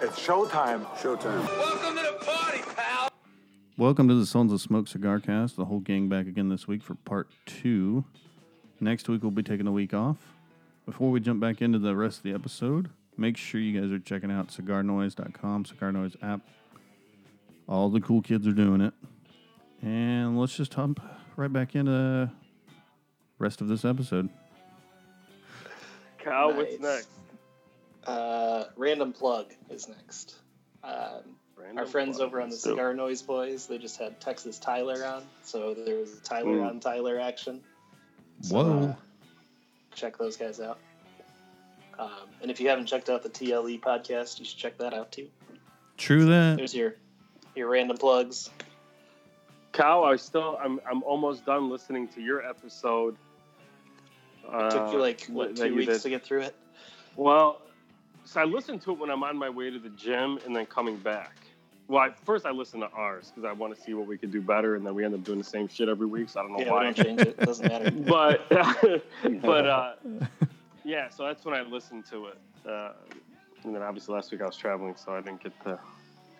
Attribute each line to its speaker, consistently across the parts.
Speaker 1: It's showtime.
Speaker 2: Showtime.
Speaker 3: Welcome to the party, pal.
Speaker 4: Welcome to the Sons of Smoke Cigar Cast. The whole gang back again this week for part two. Next week we'll be taking a week off. Before we jump back into the rest of the episode, make sure you guys are checking out cigarnoise.com, cigar noise app. All the cool kids are doing it. And let's just hump right back into the rest of this episode.
Speaker 5: Kyle, what's
Speaker 6: Nice.
Speaker 5: next?
Speaker 6: Uh, Random Plug is next. Um, our friends over on the
Speaker 5: So-
Speaker 6: Cigar Noise Boys, they just had Texas Tyler on, so there was Tyler
Speaker 5: Mm.
Speaker 6: on Tyler action. So,
Speaker 4: Whoa.
Speaker 6: uh, check those guys out. Um, and if you haven't checked out the TLE podcast, you should check that out too.
Speaker 4: True that.
Speaker 6: There's your your random plugs.
Speaker 5: Kyle, I still I'm I'm almost done listening to your episode. Uh,
Speaker 6: Took you like what
Speaker 5: that
Speaker 6: two
Speaker 5: you
Speaker 6: weeks
Speaker 5: did.
Speaker 6: to get through it?
Speaker 5: Well, so I listen to it when I'm on my way to the gym and then coming back. Well, I, first I listen to ours because I want to see what we could do better, and then we end up doing the same shit every week. So I don't know
Speaker 6: Yeah, we
Speaker 5: why.
Speaker 6: don't change it. Doesn't matter.
Speaker 5: but but uh, yeah, so that's when I listened to it. Uh, and then obviously last week I was traveling, so I didn't get to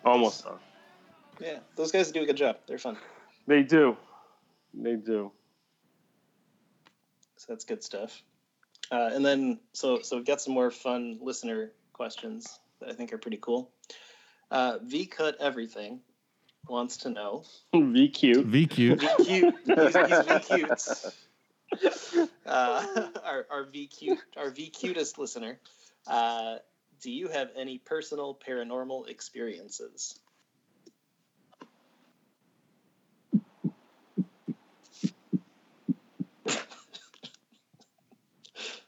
Speaker 5: almost done.
Speaker 6: yeah, those guys do a good job. They're fun.
Speaker 5: They do, they do.
Speaker 6: So that's good stuff. Uh, and then, so so we've got some more fun listener questions that I think are pretty cool. Uh, v cut everything wants to know.
Speaker 5: Be cute.
Speaker 4: V cute.
Speaker 6: V cute, he's, he's V cute. Uh, our our V cute, our V cutest listener. Uh, do you have any personal paranormal experiences? So-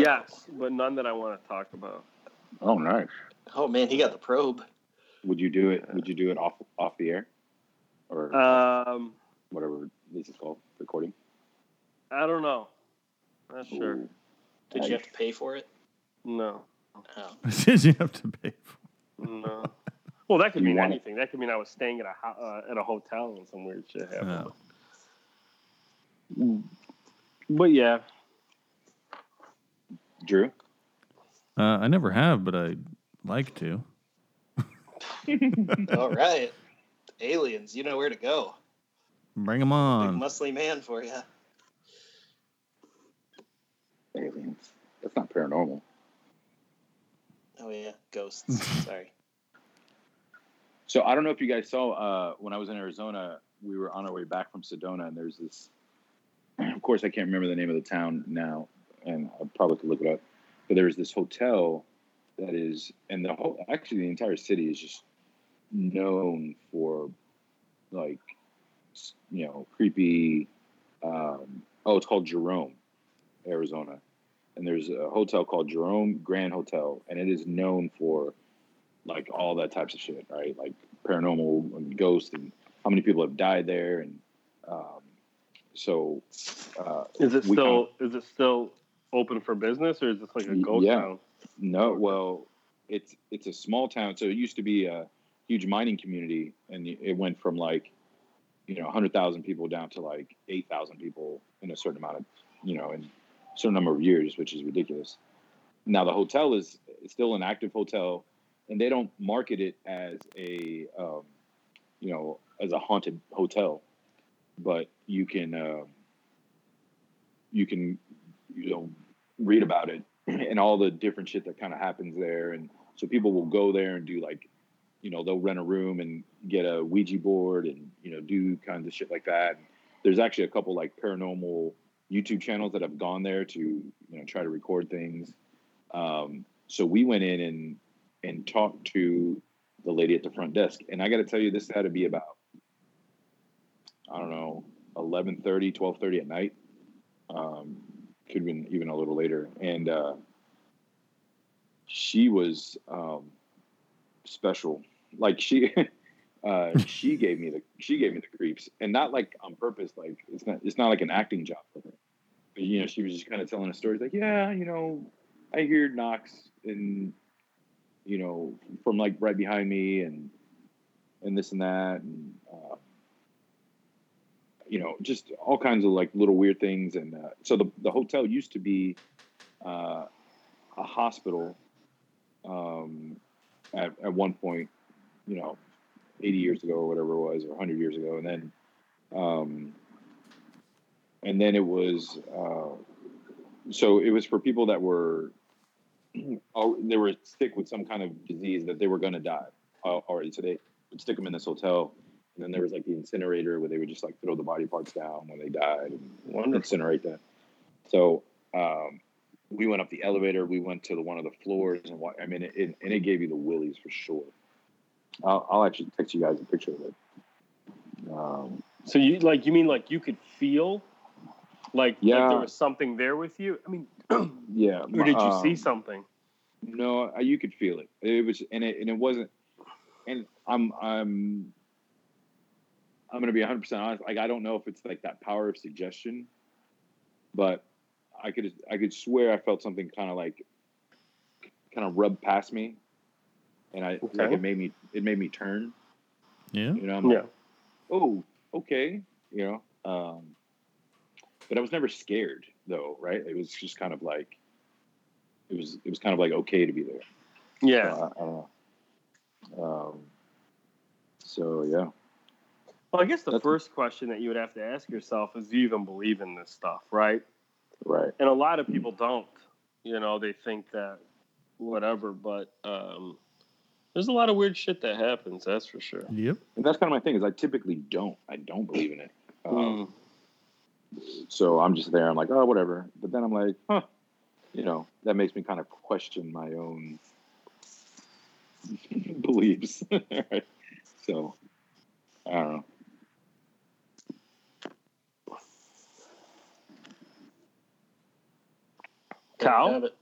Speaker 5: Yes, but none that I want to talk about.
Speaker 2: Oh, nice.
Speaker 6: Oh man, he got the probe.
Speaker 2: Would you do it? Would you do it off off the air, or
Speaker 5: Um,
Speaker 2: whatever this is called, recording?
Speaker 5: I don't know. Not sure.
Speaker 2: Ooh.
Speaker 6: Did you have to pay for it?
Speaker 5: No,
Speaker 6: Oh.
Speaker 4: Did you have to pay for
Speaker 5: no. Well, that could
Speaker 2: You
Speaker 5: mean
Speaker 2: want it.
Speaker 5: anything. That could mean I was staying at a ho- uh, at a hotel and some weird shit happened.
Speaker 4: Oh.
Speaker 5: But yeah,
Speaker 2: Drew.
Speaker 4: uh, I never have, but I'd like to.
Speaker 6: All right, aliens, you know where to go.
Speaker 4: Bring 'em
Speaker 6: Big
Speaker 4: on.
Speaker 6: muscly man for you.
Speaker 2: Aliens. That's not paranormal.
Speaker 6: Oh yeah, ghosts. Sorry.
Speaker 2: So I don't know if you guys saw uh, when I was in Arizona, we were on our way back from Sedona, and there's this. Of course, I can't remember the name of the town now, and I probably could look it up. But there's this hotel that is, and the whole actually the entire city is just known for like s- you know creepy. Um, oh, it's called Jerome, Arizona, and there's a hotel called Jerome Grand Hotel, and it is known for like all that types of shit, right? Like paranormal and ghosts and how many people have died there, and um, so uh,
Speaker 5: is it
Speaker 2: We
Speaker 5: still is it still open for business or is this like a
Speaker 2: Y-
Speaker 5: ghost
Speaker 2: yeah.
Speaker 5: town?
Speaker 2: No, well, it's it's a small town, so it used to be a huge mining community, and it went from like you know hundred thousand people down to like eight thousand people in a certain amount of you know in a certain number of years, which is ridiculous. Now the hotel is it's still an active hotel, and they don't market it as a um, you know as a haunted hotel, but you can um you can you know read about it and all the different shit that kind of happens there. And so people will go there and do like, you know, they'll rent a room and get a Ouija board and, you know, do kinds of shit like that. And there's actually a couple like paranormal YouTube channels that have gone there to, you know, try to record things. Um, so we went in and, and talked to the lady at the front desk. And I got to tell you, this had to be about, I don't know, 1130, 1230 at night. Um, could have been even a little later. And uh, she was um, special. Like she, uh, she gave me the she gave me the creeps, and not like on purpose. Like it's not it's not like an acting job for her. But, you know, she was just kind of telling a story. Like, yeah, you know, I hear knocks and you know from like right behind me, and and this and that, and uh, you know, just all kinds of like little weird things. And uh, so the, the hotel used to be uh, a hospital um, at, at one point, you know, 80 years ago or whatever it was, or 100 years ago, and then, um, and then it was, uh, so it was for people that were, al- they were sick with some kind of disease that they were going to die al- already. So they would stick them in this hotel, and then there was like the incinerator where they would just like throw the body parts down when they died and
Speaker 5: Wonderful.
Speaker 2: incinerate that. So um, we went up the elevator. We went to the one of the floors, and wa- I mean, it, it, and it gave you the willies for sure. I'll, I'll actually text you guys a picture of it. Um,
Speaker 5: So you like you mean like you could feel like, like
Speaker 2: Yeah.
Speaker 5: there was something there with you? I mean, or
Speaker 2: yeah.
Speaker 5: did you
Speaker 2: um,
Speaker 5: see something?
Speaker 2: No, uh, you could feel it. It was, and it, and it wasn't. And I'm, I'm, I'm gonna be 100 percent honest. Like, I don't know if it's like that power of suggestion, but I could, I could swear I felt something kind of like, kind of rub past me, and I like
Speaker 5: Okay.
Speaker 2: it made me, it made me turn.
Speaker 4: Yeah.
Speaker 2: You know, I'm
Speaker 5: Yeah.
Speaker 2: like, oh, okay, you know. Um, but I was never scared though, right? It was just kind of like, it was, it was kind of like okay to be there.
Speaker 5: Yeah.
Speaker 2: Uh, I don't know. Um, so yeah,
Speaker 5: Well, I guess the
Speaker 2: That's-
Speaker 5: first question that you would have to ask yourself is do you even believe in this stuff, right?
Speaker 2: right.
Speaker 5: And a lot of people don't. You know, they think that whatever, but um, there's a lot of weird shit that happens, that's for sure.
Speaker 4: Yep.
Speaker 2: And that's kind of my thing is I typically don't. I don't believe in it.
Speaker 5: Hmm.
Speaker 2: Um, So I'm just there. I'm like, oh, whatever. But then I'm like, huh. You know, that makes me kind of question my own beliefs. right? So I don't know.
Speaker 5: Cow?
Speaker 6: There you have it.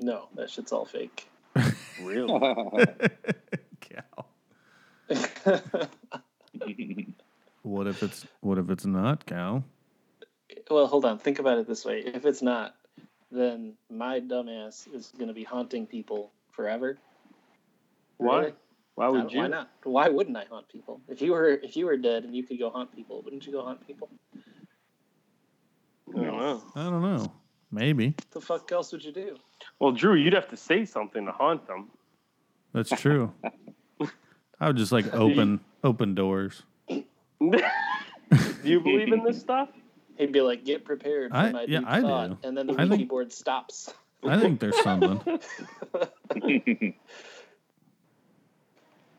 Speaker 6: No, that shit's all fake.
Speaker 5: Mm, really?
Speaker 4: Cow. What if it's what if it's not cow?
Speaker 6: well, hold on. Think about it this way: if it's not, then my dumbass is going to be haunting people forever.
Speaker 5: Why?
Speaker 6: Really?
Speaker 5: Why
Speaker 6: Why,
Speaker 5: would you?
Speaker 6: why not? Why wouldn't I haunt people? If you were if you were dead and you could go haunt people, wouldn't you go haunt people?
Speaker 5: I don't know.
Speaker 4: I don't know. Maybe
Speaker 6: The fuck else would you do?
Speaker 5: Well, Drew, you'd have to say something to haunt them.
Speaker 4: that's true. I would just like open open doors.
Speaker 5: do you believe in this stuff?
Speaker 6: He'd be like, "Get prepared for
Speaker 4: I-
Speaker 6: my
Speaker 4: yeah,
Speaker 6: deep
Speaker 4: I
Speaker 6: thought,"
Speaker 4: do.
Speaker 6: and then the
Speaker 4: I
Speaker 6: Ouija
Speaker 4: think-
Speaker 6: board stops.
Speaker 4: I think there's something.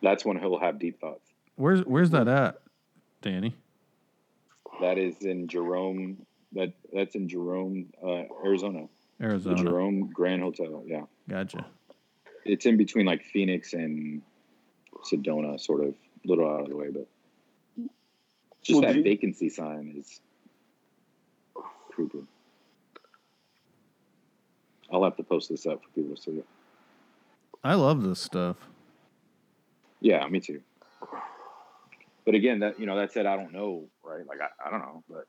Speaker 2: That's when he'll have deep thoughts.
Speaker 4: Where's where's that at, Danny?
Speaker 2: That is in Jerome. That that's in Jerome, uh, Arizona. The
Speaker 4: Arizona.
Speaker 2: Jerome Grand Hotel. Yeah.
Speaker 4: Gotcha.
Speaker 2: it's in between like Phoenix and Sedona, sort of a little out of the way, but just
Speaker 5: Well,
Speaker 2: that
Speaker 5: do you-
Speaker 2: vacancy sign is poo-poo. I'll have to post this up for people to see it.
Speaker 4: I love this stuff.
Speaker 2: Yeah, me too. But again, that you know, that said, I don't know, right? Like I, I don't know, but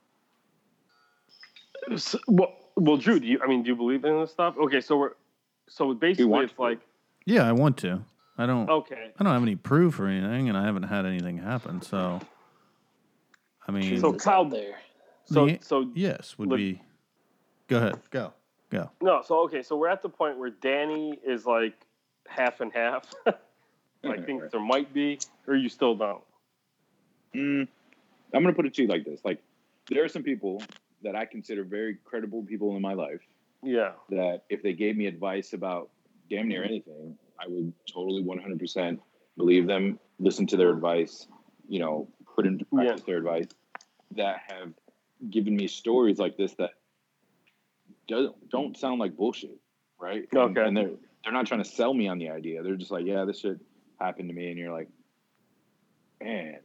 Speaker 5: S- Well, well, Drew, do you? I mean, do you believe in this stuff? Okay, so we're so basically
Speaker 2: want
Speaker 5: it's
Speaker 2: to.
Speaker 5: like
Speaker 4: Yeah, I want to. I don't.
Speaker 5: okay,
Speaker 4: I don't have any proof or anything, and I haven't had anything happen. So, I mean,
Speaker 6: Jesus
Speaker 5: So Kyle-
Speaker 6: out there.
Speaker 5: so
Speaker 4: The-
Speaker 5: so
Speaker 4: yes, would
Speaker 5: Look-
Speaker 4: be. Go ahead. Go. Go.
Speaker 5: no, so okay, so we're at the point where Danny is like half and half. like think there might be, or you still don't.
Speaker 2: Mm, I'm gonna put it to you like this: like there are some people that I consider very credible people in my life
Speaker 5: Yeah,
Speaker 2: that if they gave me advice about damn near anything, I would totally 100% believe them, listen to their advice, you know, put into
Speaker 5: Yeah.
Speaker 2: practice their advice that have given me stories like this that don't, don't sound like bullshit, right? And,
Speaker 5: Okay.
Speaker 2: and they're, they're not trying to sell me on the idea. They're just like, yeah, this shit happened to me. And you're like, man,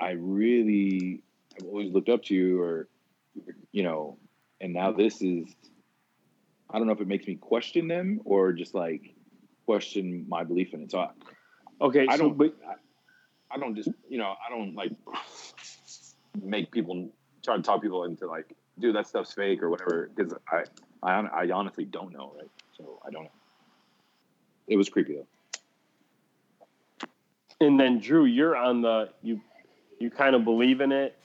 Speaker 2: I really have always looked up to you or, you know, and now this is I don't know if it makes me question them or just like question my belief in it. So I,
Speaker 5: okay,
Speaker 2: I
Speaker 5: so-
Speaker 2: don't, but I, I don't just you know I don't like make people try to talk people into like, dude, that stuff's fake or whatever. Because I, I, hon- I honestly don't know, right? So I don't. know. It was creepy though.
Speaker 5: and then Drew, you're on the you you kind of believe in it,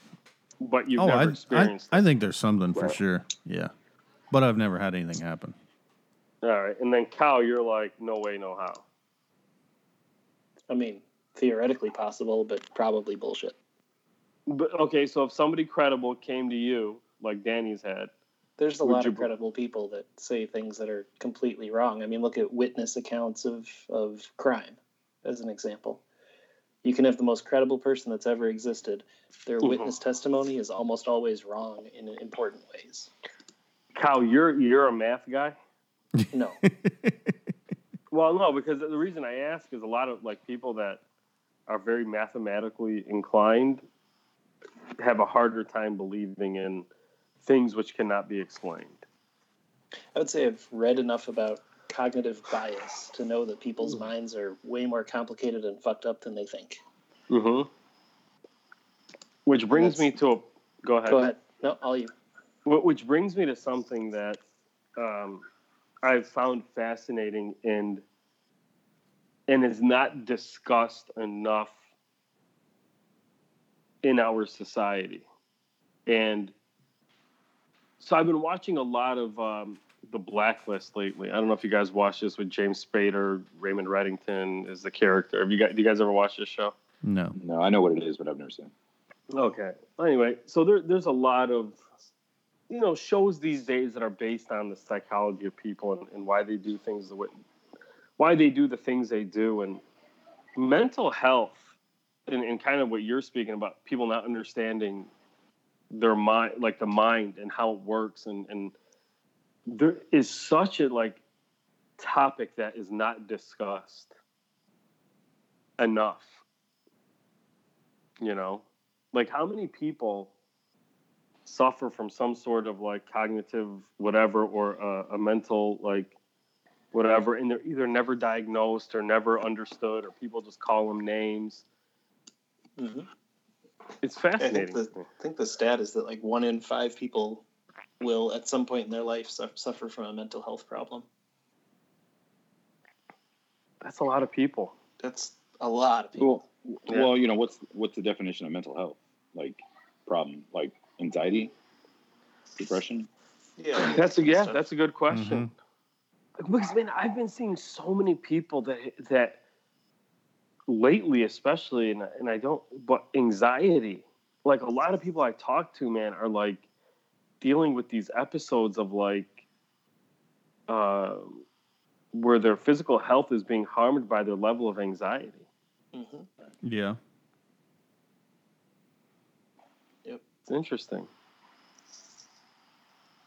Speaker 5: but you've
Speaker 4: oh,
Speaker 5: never
Speaker 4: I, I,
Speaker 5: experienced.
Speaker 4: I think there's something for
Speaker 2: Right.
Speaker 4: sure. Yeah, but I've never had anything happen.
Speaker 5: it. All right, and then Kyle, you're like, no way, no how.
Speaker 6: I mean, theoretically possible, but probably bullshit.
Speaker 5: But okay, so if somebody credible came to you, like Danny's had,
Speaker 6: There's a
Speaker 5: Would
Speaker 6: lot
Speaker 5: you
Speaker 6: of
Speaker 5: be-
Speaker 6: credible people that say things that are completely wrong. I mean, look at witness accounts of, of crime as an example. You can have the most credible person that's ever existed. Their
Speaker 5: Mhm.
Speaker 6: witness testimony is almost always wrong in important ways.
Speaker 5: Kyle, you're you're a math guy.
Speaker 6: No.
Speaker 5: Well, no, because the reason I ask is a lot of like people that are very mathematically inclined have a harder time believing in things which cannot be explained.
Speaker 6: I would say I've read enough about cognitive bias to know that people's minds are way more complicated and fucked up than they think.
Speaker 5: Mm-hmm. Which brings
Speaker 6: That's-
Speaker 5: me to a go ahead.
Speaker 6: Go ahead. No, all you.
Speaker 5: Wh- Which brings me to something that um, I've found fascinating and and is not discussed enough in our society. And so I've been watching a lot of um, the Blacklist lately. I don't know if you guys watched this with James Spader, Raymond Reddington is the character. Have you guys? Do you guys ever watch this show?
Speaker 4: No.
Speaker 2: No, I know what it is, but I've never seen. it.
Speaker 5: Okay. Anyway, so there, there's a lot of, you know, shows these days that are based on the psychology of people and, and why they do things the way, why they do the things they do, and mental health, and, and kind of what you're speaking about, people not understanding their mind, like the mind and how it works, and and there is such a like topic that is not discussed enough. You know, like how many people suffer from some sort of like cognitive whatever or a, a mental like whatever and they're either never diagnosed or never understood or people just call them names
Speaker 6: Mhm.
Speaker 5: it's
Speaker 6: I think
Speaker 5: fascinating
Speaker 6: the, I think the stat is that like one in five people will at some point in their life su- suffer from a mental health problem.
Speaker 5: that's a lot of people
Speaker 6: That's a lot of people.
Speaker 2: Well,
Speaker 5: Yeah.
Speaker 2: well, you know what's what's the definition of mental health? Like problem, like anxiety, depression.
Speaker 6: Yeah.
Speaker 5: that's a yeah that's a good question because man i've been seeing so many people that that lately especially and, and i don't but anxiety like a lot of people i talk to man are like dealing with these episodes of like uh, where their physical health is being harmed by their level of anxiety
Speaker 6: Mhm.
Speaker 4: Yeah.
Speaker 5: it's interesting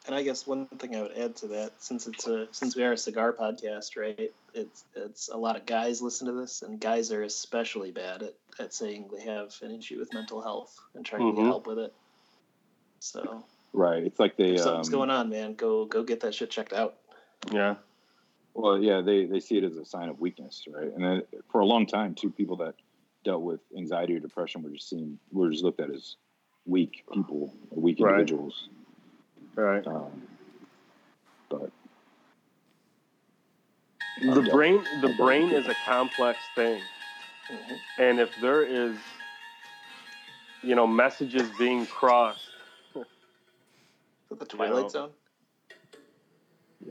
Speaker 6: And I guess one thing I would add to that, since it's a since we are a cigar podcast, right? It's it's a lot of guys listen to this, and guys are especially bad at, at saying they have an issue with mental health and trying to
Speaker 5: Mhm.
Speaker 6: get help with it. So
Speaker 2: Right. It's like they.
Speaker 6: if something's
Speaker 2: um,
Speaker 6: going on, man, go go get that shit checked out.
Speaker 5: yeah
Speaker 2: Well, yeah, they, they see it as a sign of weakness, right? And then for a long time, too, people that dealt with anxiety or depression were just seen were just looked at as weak people, or weak
Speaker 5: Right.
Speaker 2: individuals.
Speaker 5: all right
Speaker 2: Um, but
Speaker 5: the brain the brain is a complex thing
Speaker 6: Mhm.
Speaker 5: and if there is you know messages being crossed
Speaker 6: Is that the Twilight
Speaker 5: know.
Speaker 6: Zone.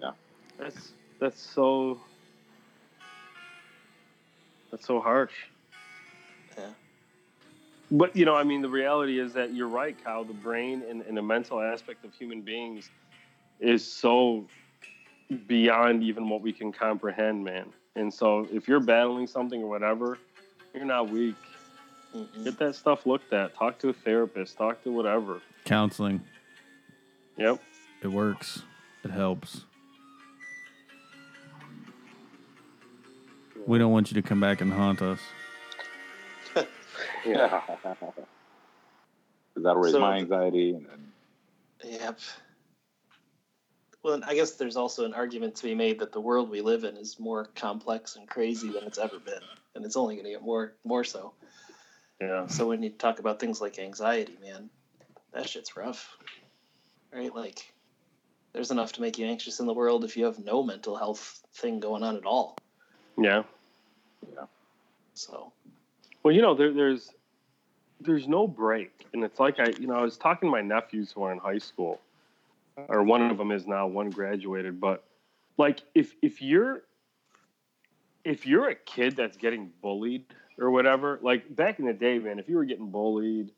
Speaker 2: yeah,
Speaker 5: That's that's so that's so harsh.
Speaker 6: Yeah.
Speaker 5: But you know, I mean, the reality is that you're right, Kyle. The brain and, and the mental aspect of human beings is so beyond even what we can comprehend, man. And so, if you're battling something or whatever, you're not weak.
Speaker 6: Mhm.
Speaker 5: Get that stuff looked at. Talk to a therapist. Talk to whatever.
Speaker 4: Counseling.
Speaker 5: Yep.
Speaker 4: It works. It helps. We don't want you to come back and haunt us.
Speaker 5: Yeah.
Speaker 2: that'll raise
Speaker 6: So-
Speaker 2: my anxiety, and then
Speaker 6: Yep. Well, and I guess there's also an argument to be made that the world we live in is more complex and crazy than it's ever been, and it's only going to get more more so.
Speaker 5: Yeah.
Speaker 6: So when you talk about things like anxiety, man, that shit's rough, right? Like, there's enough to make you anxious in the world if you have no mental health thing going on at all.
Speaker 5: Yeah.
Speaker 6: So
Speaker 5: Well, you know, there, there's there's no break, and it's like I, you know, I was talking to my nephews who are in high school, or one of them is now, one graduated, but like if if you're if you're a kid that's getting bullied or whatever. Like back in the day, man, if you were getting bullied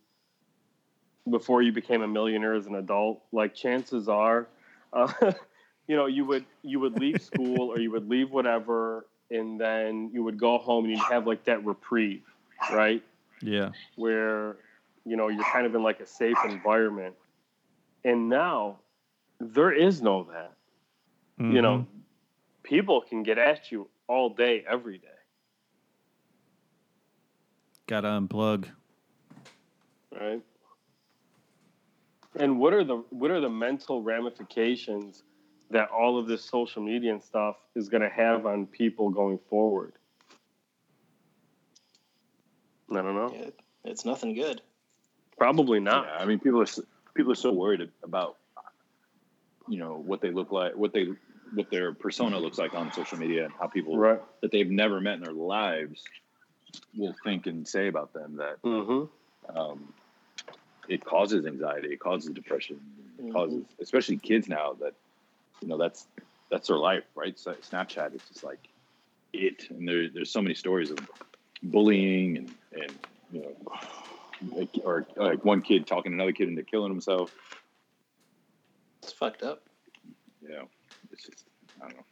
Speaker 5: before you became a millionaire as an adult, like chances are, uh, you know, you would you would leave school or you would leave whatever, and then you would go home and you'd have like that reprieve, right?
Speaker 4: Yeah.
Speaker 5: where you know you're kind of in like a safe environment and now there is no that you
Speaker 4: Mm-hmm.
Speaker 5: know people can get at you all day every day
Speaker 4: gotta unplug.
Speaker 5: right and what are the what are the mental ramifications that all of this social media and stuff is going to have on people going forward i don't
Speaker 2: Oh.
Speaker 5: know
Speaker 6: Yeah, it's nothing good.
Speaker 5: probably not
Speaker 2: Yeah, I mean, people are s- people are so worried about you know what they look like, what they what their persona looks like on social media, and how people
Speaker 5: right
Speaker 2: that they've never met in their lives will think and say about them that
Speaker 5: mm-hmm
Speaker 2: um, it causes anxiety, it causes depression,
Speaker 6: Mm-hmm.
Speaker 2: it causes especially kids now that you know that's that's their life, right? So Snapchat is just like it, and there, there's so many stories of bullying and and you know like, or like one kid talking another kid into killing himself.
Speaker 6: It's fucked up.
Speaker 2: Yeah, it's just I don't know.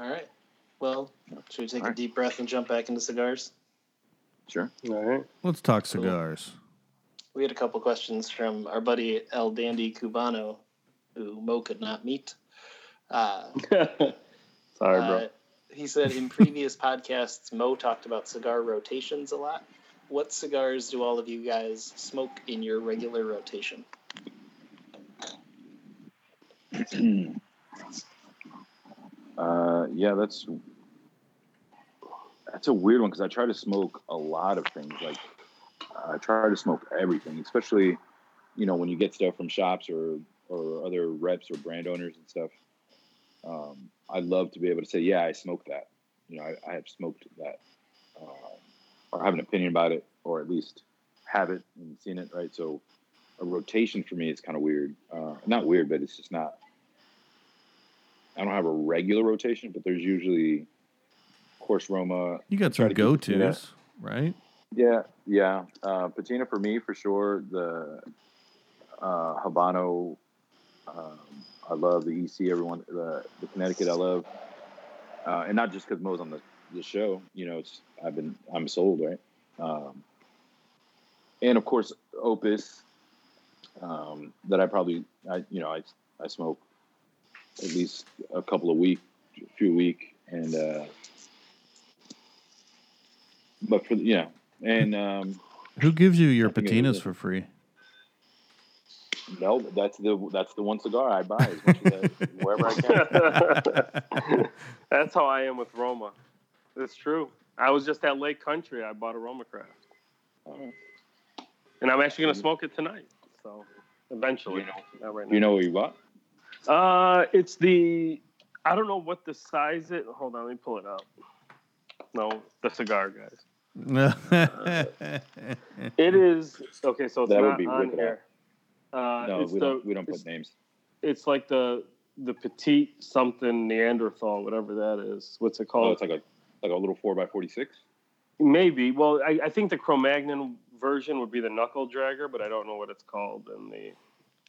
Speaker 6: All right. Well, should we take
Speaker 2: All
Speaker 6: a
Speaker 2: right.
Speaker 6: deep breath and jump back into cigars?
Speaker 2: Sure.
Speaker 5: all right
Speaker 4: Let's talk cigars.
Speaker 6: We had a couple questions from our buddy El Dandy Cubano, who Mo could not meet. Uh,
Speaker 5: sorry bro
Speaker 6: uh, he said in previous podcasts, Mo talked about cigar rotations a lot. What cigars do all of you guys smoke in your regular rotation?
Speaker 2: Uh, yeah, that's that's a weird one because I try to smoke a lot of things. Like I try to smoke everything, especially you know when you get stuff from shops or or other reps or brand owners and stuff. Um, I love to be able to say, yeah, I smoked that. You know, I, I have smoked that, uh, or have an opinion about it, or at least have it and seen it. Right, so a rotation for me is kind of weird. Uh, not weird, but it's just not I don't have a regular rotation, but there's usually course Roma.
Speaker 4: You got
Speaker 2: Try
Speaker 4: some
Speaker 2: to
Speaker 4: go
Speaker 2: keep-
Speaker 4: tos, right?
Speaker 2: Yeah, yeah. Uh, patina for me for sure. The uh, Habano. Um, I love the EC. Everyone, the, the Connecticut. I love, uh, and not just because Mo's on the, the show. You know, it's I've been I'm sold right, um, and of course Opus. Um, that I probably I you know I I smoke at least a couple of week, few week, and uh, but for the- yeah, and um,
Speaker 4: Who gives you your
Speaker 2: I think it was
Speaker 4: patinas
Speaker 2: it.
Speaker 4: for free?
Speaker 2: No, that's the that's the one cigar I buy as much as I, wherever I can.
Speaker 5: That's how I am with Roma. It's true. I was just at Lake Country. I bought a Roma Craft, and I'm actually gonna smoke it tonight. So eventually,
Speaker 2: You know-
Speaker 5: not right now.
Speaker 2: You know what you bought?
Speaker 5: Uh, it's the. I don't know what the size it. Hold on, let me pull it up. No, the cigar, guys. It is okay. So it's
Speaker 2: Hmm. That would
Speaker 5: not
Speaker 2: be
Speaker 5: on
Speaker 2: wicked.
Speaker 5: here. Uh,
Speaker 2: No,
Speaker 5: it's
Speaker 2: we don't.
Speaker 5: the-
Speaker 2: We don't put
Speaker 5: it's-
Speaker 2: names.
Speaker 5: It's like the the petite something Neanderthal, whatever that is. What's it
Speaker 2: Oh,
Speaker 5: called?
Speaker 2: it's like a like a little four by forty six.
Speaker 5: Maybe. Well, I, I think the Cro-Magnon version would be the knuckle dragger, but I don't know what it's called. And the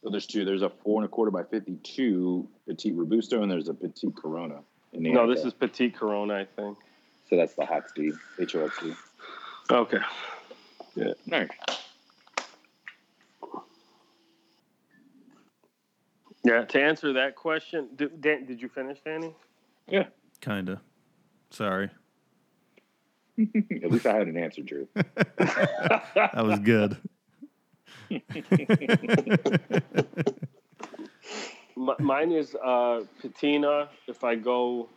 Speaker 2: So there's two. There's a four and a quarter by fifty two petite robusto, and there's a petite Corona. In the
Speaker 5: no,
Speaker 2: end
Speaker 5: this
Speaker 2: there.
Speaker 5: is Petite Corona, I think.
Speaker 2: so that's the hot D, H O X D.
Speaker 5: Okay.
Speaker 2: Yeah, nice.
Speaker 5: Yeah. To answer that question, did, Dan, did you finish, Danny?
Speaker 4: Kinda. Sorry,
Speaker 2: At least I had an answer, Drew.
Speaker 4: that was good.
Speaker 5: M- mine is uh, patina. If I go,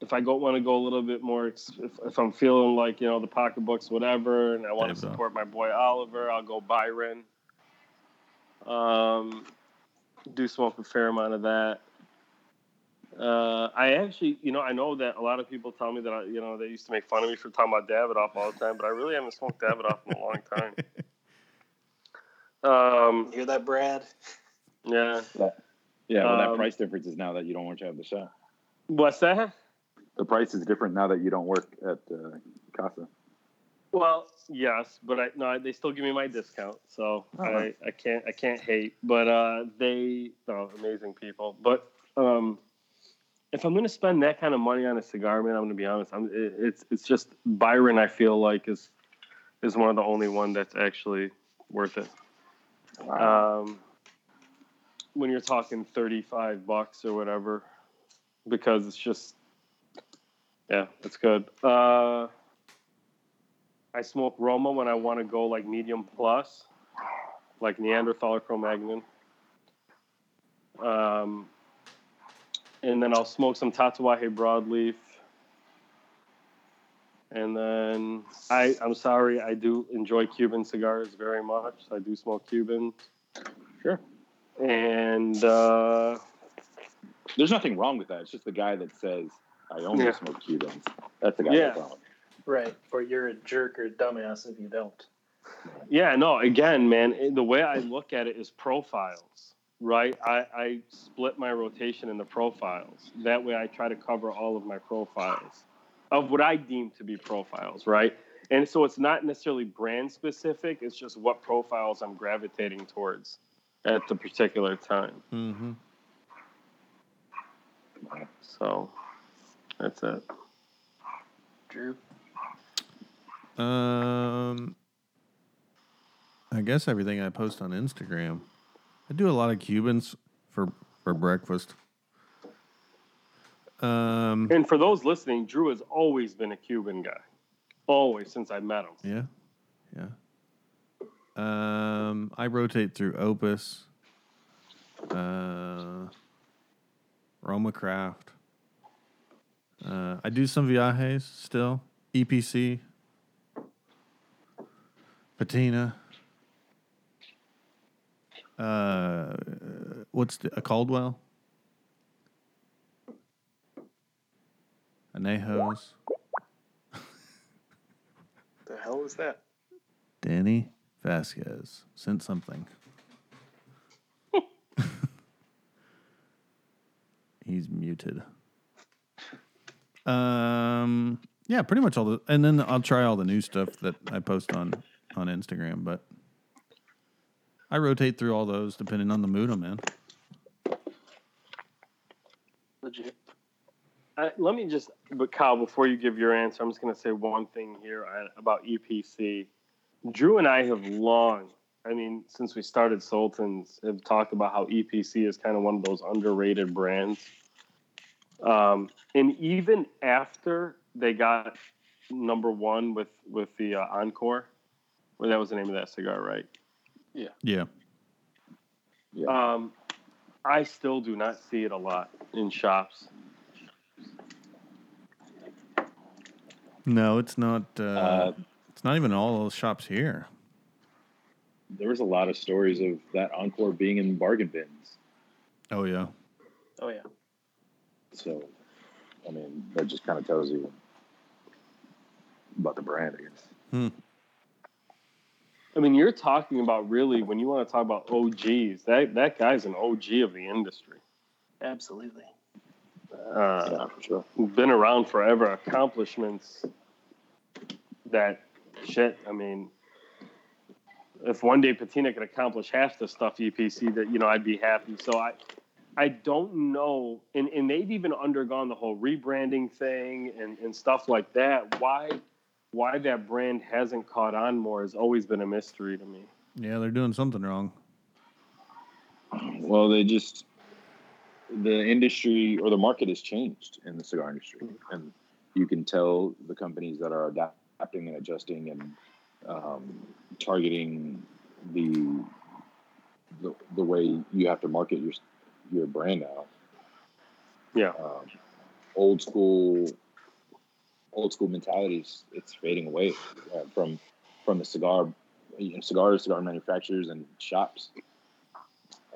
Speaker 5: if I go want to go a little bit more, ex- if, if I'm feeling like you know the pocketbooks, whatever, and I want
Speaker 4: Dave,
Speaker 5: to
Speaker 4: though.
Speaker 5: support my boy Oliver, I'll go Byron. Um, do smoke a fair amount of that. Uh, I actually, you know, I know that a lot of people tell me that I, you know, they used to make fun of me for talking about Davidoff all the time, but I really haven't smoked Davidoff in a long Um, time. Um,
Speaker 6: You hear that, Brad?
Speaker 5: yeah.
Speaker 2: Yeah, well, that
Speaker 5: Um,
Speaker 2: price difference is now that you don't work at the shop.
Speaker 5: What's that?
Speaker 2: The price is different now that you don't work at uh, Casa.
Speaker 5: Well, yes, but I no, they still give me my discount, so
Speaker 2: Uh-huh.
Speaker 5: I, I can't I can't hate. But uh, they no amazing people. But um, if I'm gonna spend that kind of money on a cigar, man, I'm gonna be honest. I'm it, it's it's just Byron. I feel like is is one of the only one that's actually worth it. Um, when you're talking 35 bucks or whatever, because it's just yeah, it's good. Uh, I smoke Roma when I want to go like medium plus, like Neanderthal or Cro-Magnon. Um, and then I'll smoke some Tatawahe broadleaf. And then I, I'm sorry, I do enjoy Cuban cigars very much. I do smoke Cuban.
Speaker 2: Sure.
Speaker 5: And uh,
Speaker 2: There's nothing wrong with that. It's just the guy that says, I only
Speaker 5: Yeah.
Speaker 2: smoke Cubans. That's the guy
Speaker 5: Yeah.
Speaker 2: that's wrong.
Speaker 6: Right, or you're a jerk or dumbass if you don't.
Speaker 5: Yeah, no, again, man, it- the way I look at it is profiles, right? I, I split my rotation into profiles. That way I try to cover all of my profiles of what I deem to be profiles, right? And so it's not necessarily brand specific, it's just what profiles I'm gravitating towards at the particular time.
Speaker 4: Mm-hmm.
Speaker 5: So that's it.
Speaker 6: Drew,
Speaker 4: Um, I guess everything I post on Instagram. I do a lot of Cubans for for breakfast. Um,
Speaker 5: And for those listening, Drew has always been a Cuban guy, always since I met him.
Speaker 4: yeah, yeah. Um, I rotate through Opus, uh, Roma Craft. Uh, I do some Viajes still, E EPC, Patina. Uh, what's the, a Caldwell? Anejos,
Speaker 6: the hell is that?
Speaker 4: Danny Vasquez sent something. He's muted. Um, yeah, pretty much all the, and then I'll try all the new stuff that I post on on Instagram. But I rotate through all those depending on the mood I'm in.
Speaker 6: Legit.
Speaker 5: I, let me just, but Kyle, before you give your answer, I'm just going to say one thing here uh, about EPC. Drew and I have long, I mean, since we started Sultans, have talked about how EPC is kind of one of those underrated brands. Um, and even after they got number one with with the uh, Encore, well, that was the name of that cigar, right?
Speaker 4: Yeah,
Speaker 5: Um, I still do not see it a lot in shops.
Speaker 4: no, it's not. Uh,
Speaker 2: Uh,
Speaker 4: it's not even all those shops here.
Speaker 2: there was a lot of stories of that Encore being in bargain bins.
Speaker 4: Oh yeah,
Speaker 6: Oh yeah.
Speaker 2: So, I mean, that just kind of tells you about the brand, I guess.
Speaker 5: I mean, you're talking about really when you want to talk about OGs. That that guy's an OG of the industry.
Speaker 6: Absolutely.
Speaker 5: Uh,
Speaker 2: for sure.
Speaker 5: Been around forever. Accomplishments. That shit. I mean, if one day Patina could accomplish half the stuff EPC, that you know, I'd be happy. So I, I don't know. And and they've even undergone the whole rebranding thing and and stuff like that. Why, why that brand hasn't caught on more has always been a mystery to me.
Speaker 4: yeah, they're doing something wrong.
Speaker 2: Well, they just the industry or the market has changed in the cigar industry, and you can tell the companies that are adapting and adjusting and um, targeting the, the the way you have to market your your brand now.
Speaker 5: Yeah.
Speaker 2: Um, old school, old school mentalities it's fading away uh, from from the cigar, you know, cigars, cigar manufacturers and shops.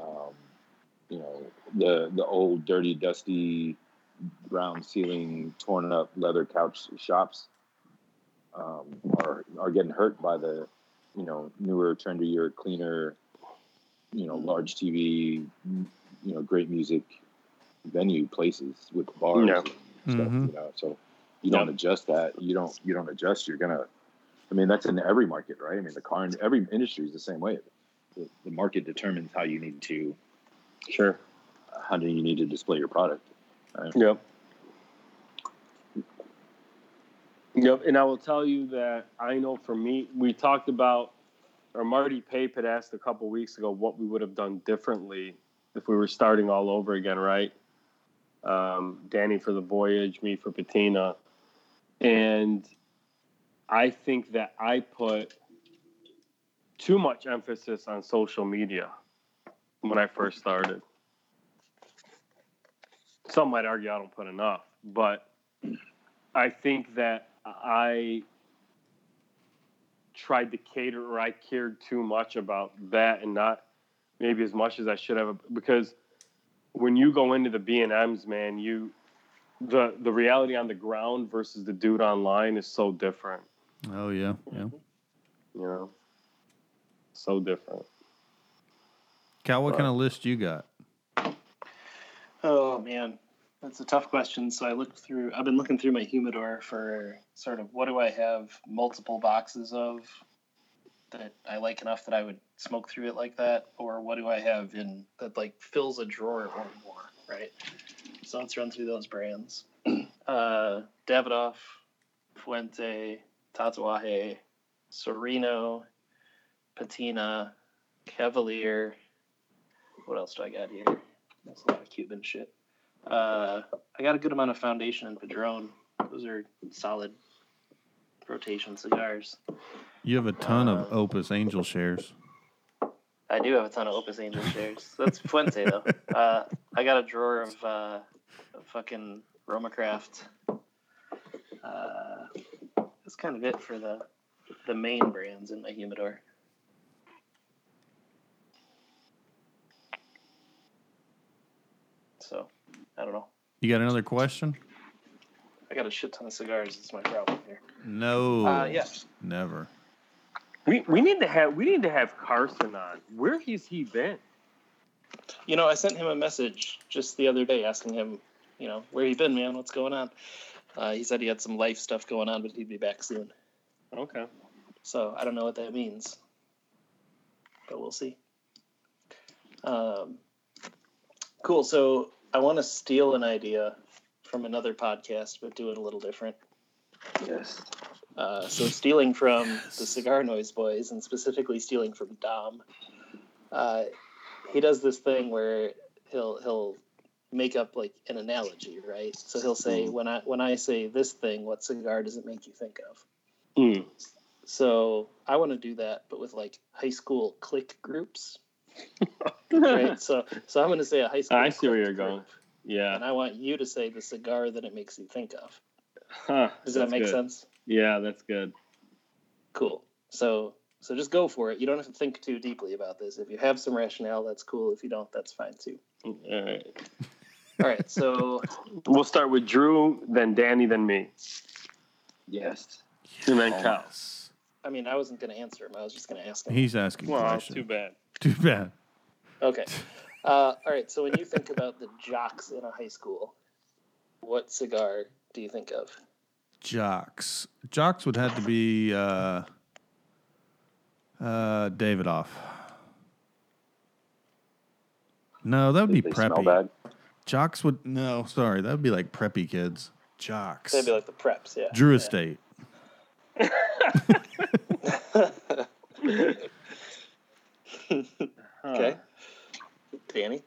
Speaker 2: Um, you know the the old dirty dusty brown ceiling torn up leather couch shops um, are are getting hurt by the you know newer trendier cleaner you know large tv you know great music venue places with bars
Speaker 5: Yeah.
Speaker 2: and stuff,
Speaker 4: Mhm.
Speaker 2: you know. So you don't
Speaker 5: Mm-hmm. Yeah.
Speaker 2: adjust that. You don't you don't adjust. You're gonna. I mean, that's in every market, right? I mean, the car in every industry is the same way. The, the market determines how you need to
Speaker 5: Sure.
Speaker 2: how do you need to display your product.
Speaker 5: Yep. Yep. And I will tell you that I know for me, we talked about, or Marty Pape had asked a couple weeks ago what we would have done differently if we were starting all over again, right? Um, Danny for the voyage, me for Patina. And I think that I put too much emphasis on social media when I first started some might argue I don't put enough, but I think that I tried to cater or I cared too much about that and not maybe as much as I should have because when you go into the B and M's, man, you the the reality on the ground versus the dude online is so different,
Speaker 4: Oh yeah, yeah.
Speaker 5: you know, so different.
Speaker 4: Cal, what kind of list you got?
Speaker 6: Oh man, that's a tough question. So I looked through. I've been looking through my humidor for sort of what do I have multiple boxes of that I like enough that I would smoke through it like that, or what do I have in that like fills a drawer or more, right? So let's run through those brands: uh, Davidoff, Fuente, Tatuaje, Sereno, Patina, Cavalier. What else do I got here? That's a lot of Cuban shit. Uh, I got a good amount of Foundation and Padron. Those are solid rotation cigars.
Speaker 4: You have a ton of
Speaker 6: Uh,
Speaker 4: Opus Angel shares.
Speaker 6: I do have a ton of Opus Angel shares. That's Fuente though. Uh, I got a drawer of uh, of fucking Romacraft. Uh, that's kind of it for the the main brands in my humidor. So, I don't know.
Speaker 4: You got another question?
Speaker 6: I got a shit ton of cigars. It's my problem here.
Speaker 4: No.
Speaker 6: Uh, yes.
Speaker 4: Never.
Speaker 5: We, we need to have we need to have Carson on. Where has he been?
Speaker 6: You know, I sent him a message just the other day asking him, you know, where you been, man? What's going on? Uh, he said he had some life stuff going on, but he'd be back soon.
Speaker 5: Okay.
Speaker 6: So I don't know what that means, but we'll see. Um, cool. So I want to steal an idea from another podcast, but do it a little different.
Speaker 5: Yes.
Speaker 6: Uh, so stealing from the Cigar Noise Boys, and specifically stealing from Dom, uh, he does this thing where he'll he'll make up like an analogy, right? So he'll say,
Speaker 5: Hmm.
Speaker 6: "When I when I say this thing, what cigar does it make you think of?"
Speaker 5: Mm.
Speaker 6: So I want to do that, but with like high school clique groups, right? so so I'm going to say a high school.
Speaker 5: I see where
Speaker 6: clique
Speaker 5: you're going.
Speaker 6: group,
Speaker 5: Yeah.
Speaker 6: and I want you to say the cigar that it makes you think of.
Speaker 5: Huh,
Speaker 6: Does
Speaker 5: that's
Speaker 6: that make
Speaker 5: good.
Speaker 6: sense?
Speaker 5: Yeah, that's good.
Speaker 6: cool so so just go for it you don't have to think too deeply about this if you have some rationale that's cool if you don't that's fine too
Speaker 5: All right.
Speaker 6: all right so
Speaker 5: We'll start with Drew, then Danny, then me,
Speaker 2: Yes.
Speaker 5: and then Cal.
Speaker 4: Yes.
Speaker 6: i mean i wasn't going to answer him i was just going to ask him
Speaker 4: He's asking questions.
Speaker 5: bad.
Speaker 4: Too bad.
Speaker 6: okay uh, all right so when you think about the jocks in a high school what cigar do you think of
Speaker 4: Jocks. Jocks would have to be uh, uh, Davidoff. No, that would be
Speaker 2: They smell
Speaker 4: preppy.
Speaker 2: bad.
Speaker 4: Jocks would no, sorry, that would be like preppy kids. Jocks.
Speaker 6: they'd be like the preps yeah
Speaker 4: Drew Estate.
Speaker 5: Uh-huh.
Speaker 6: okay danny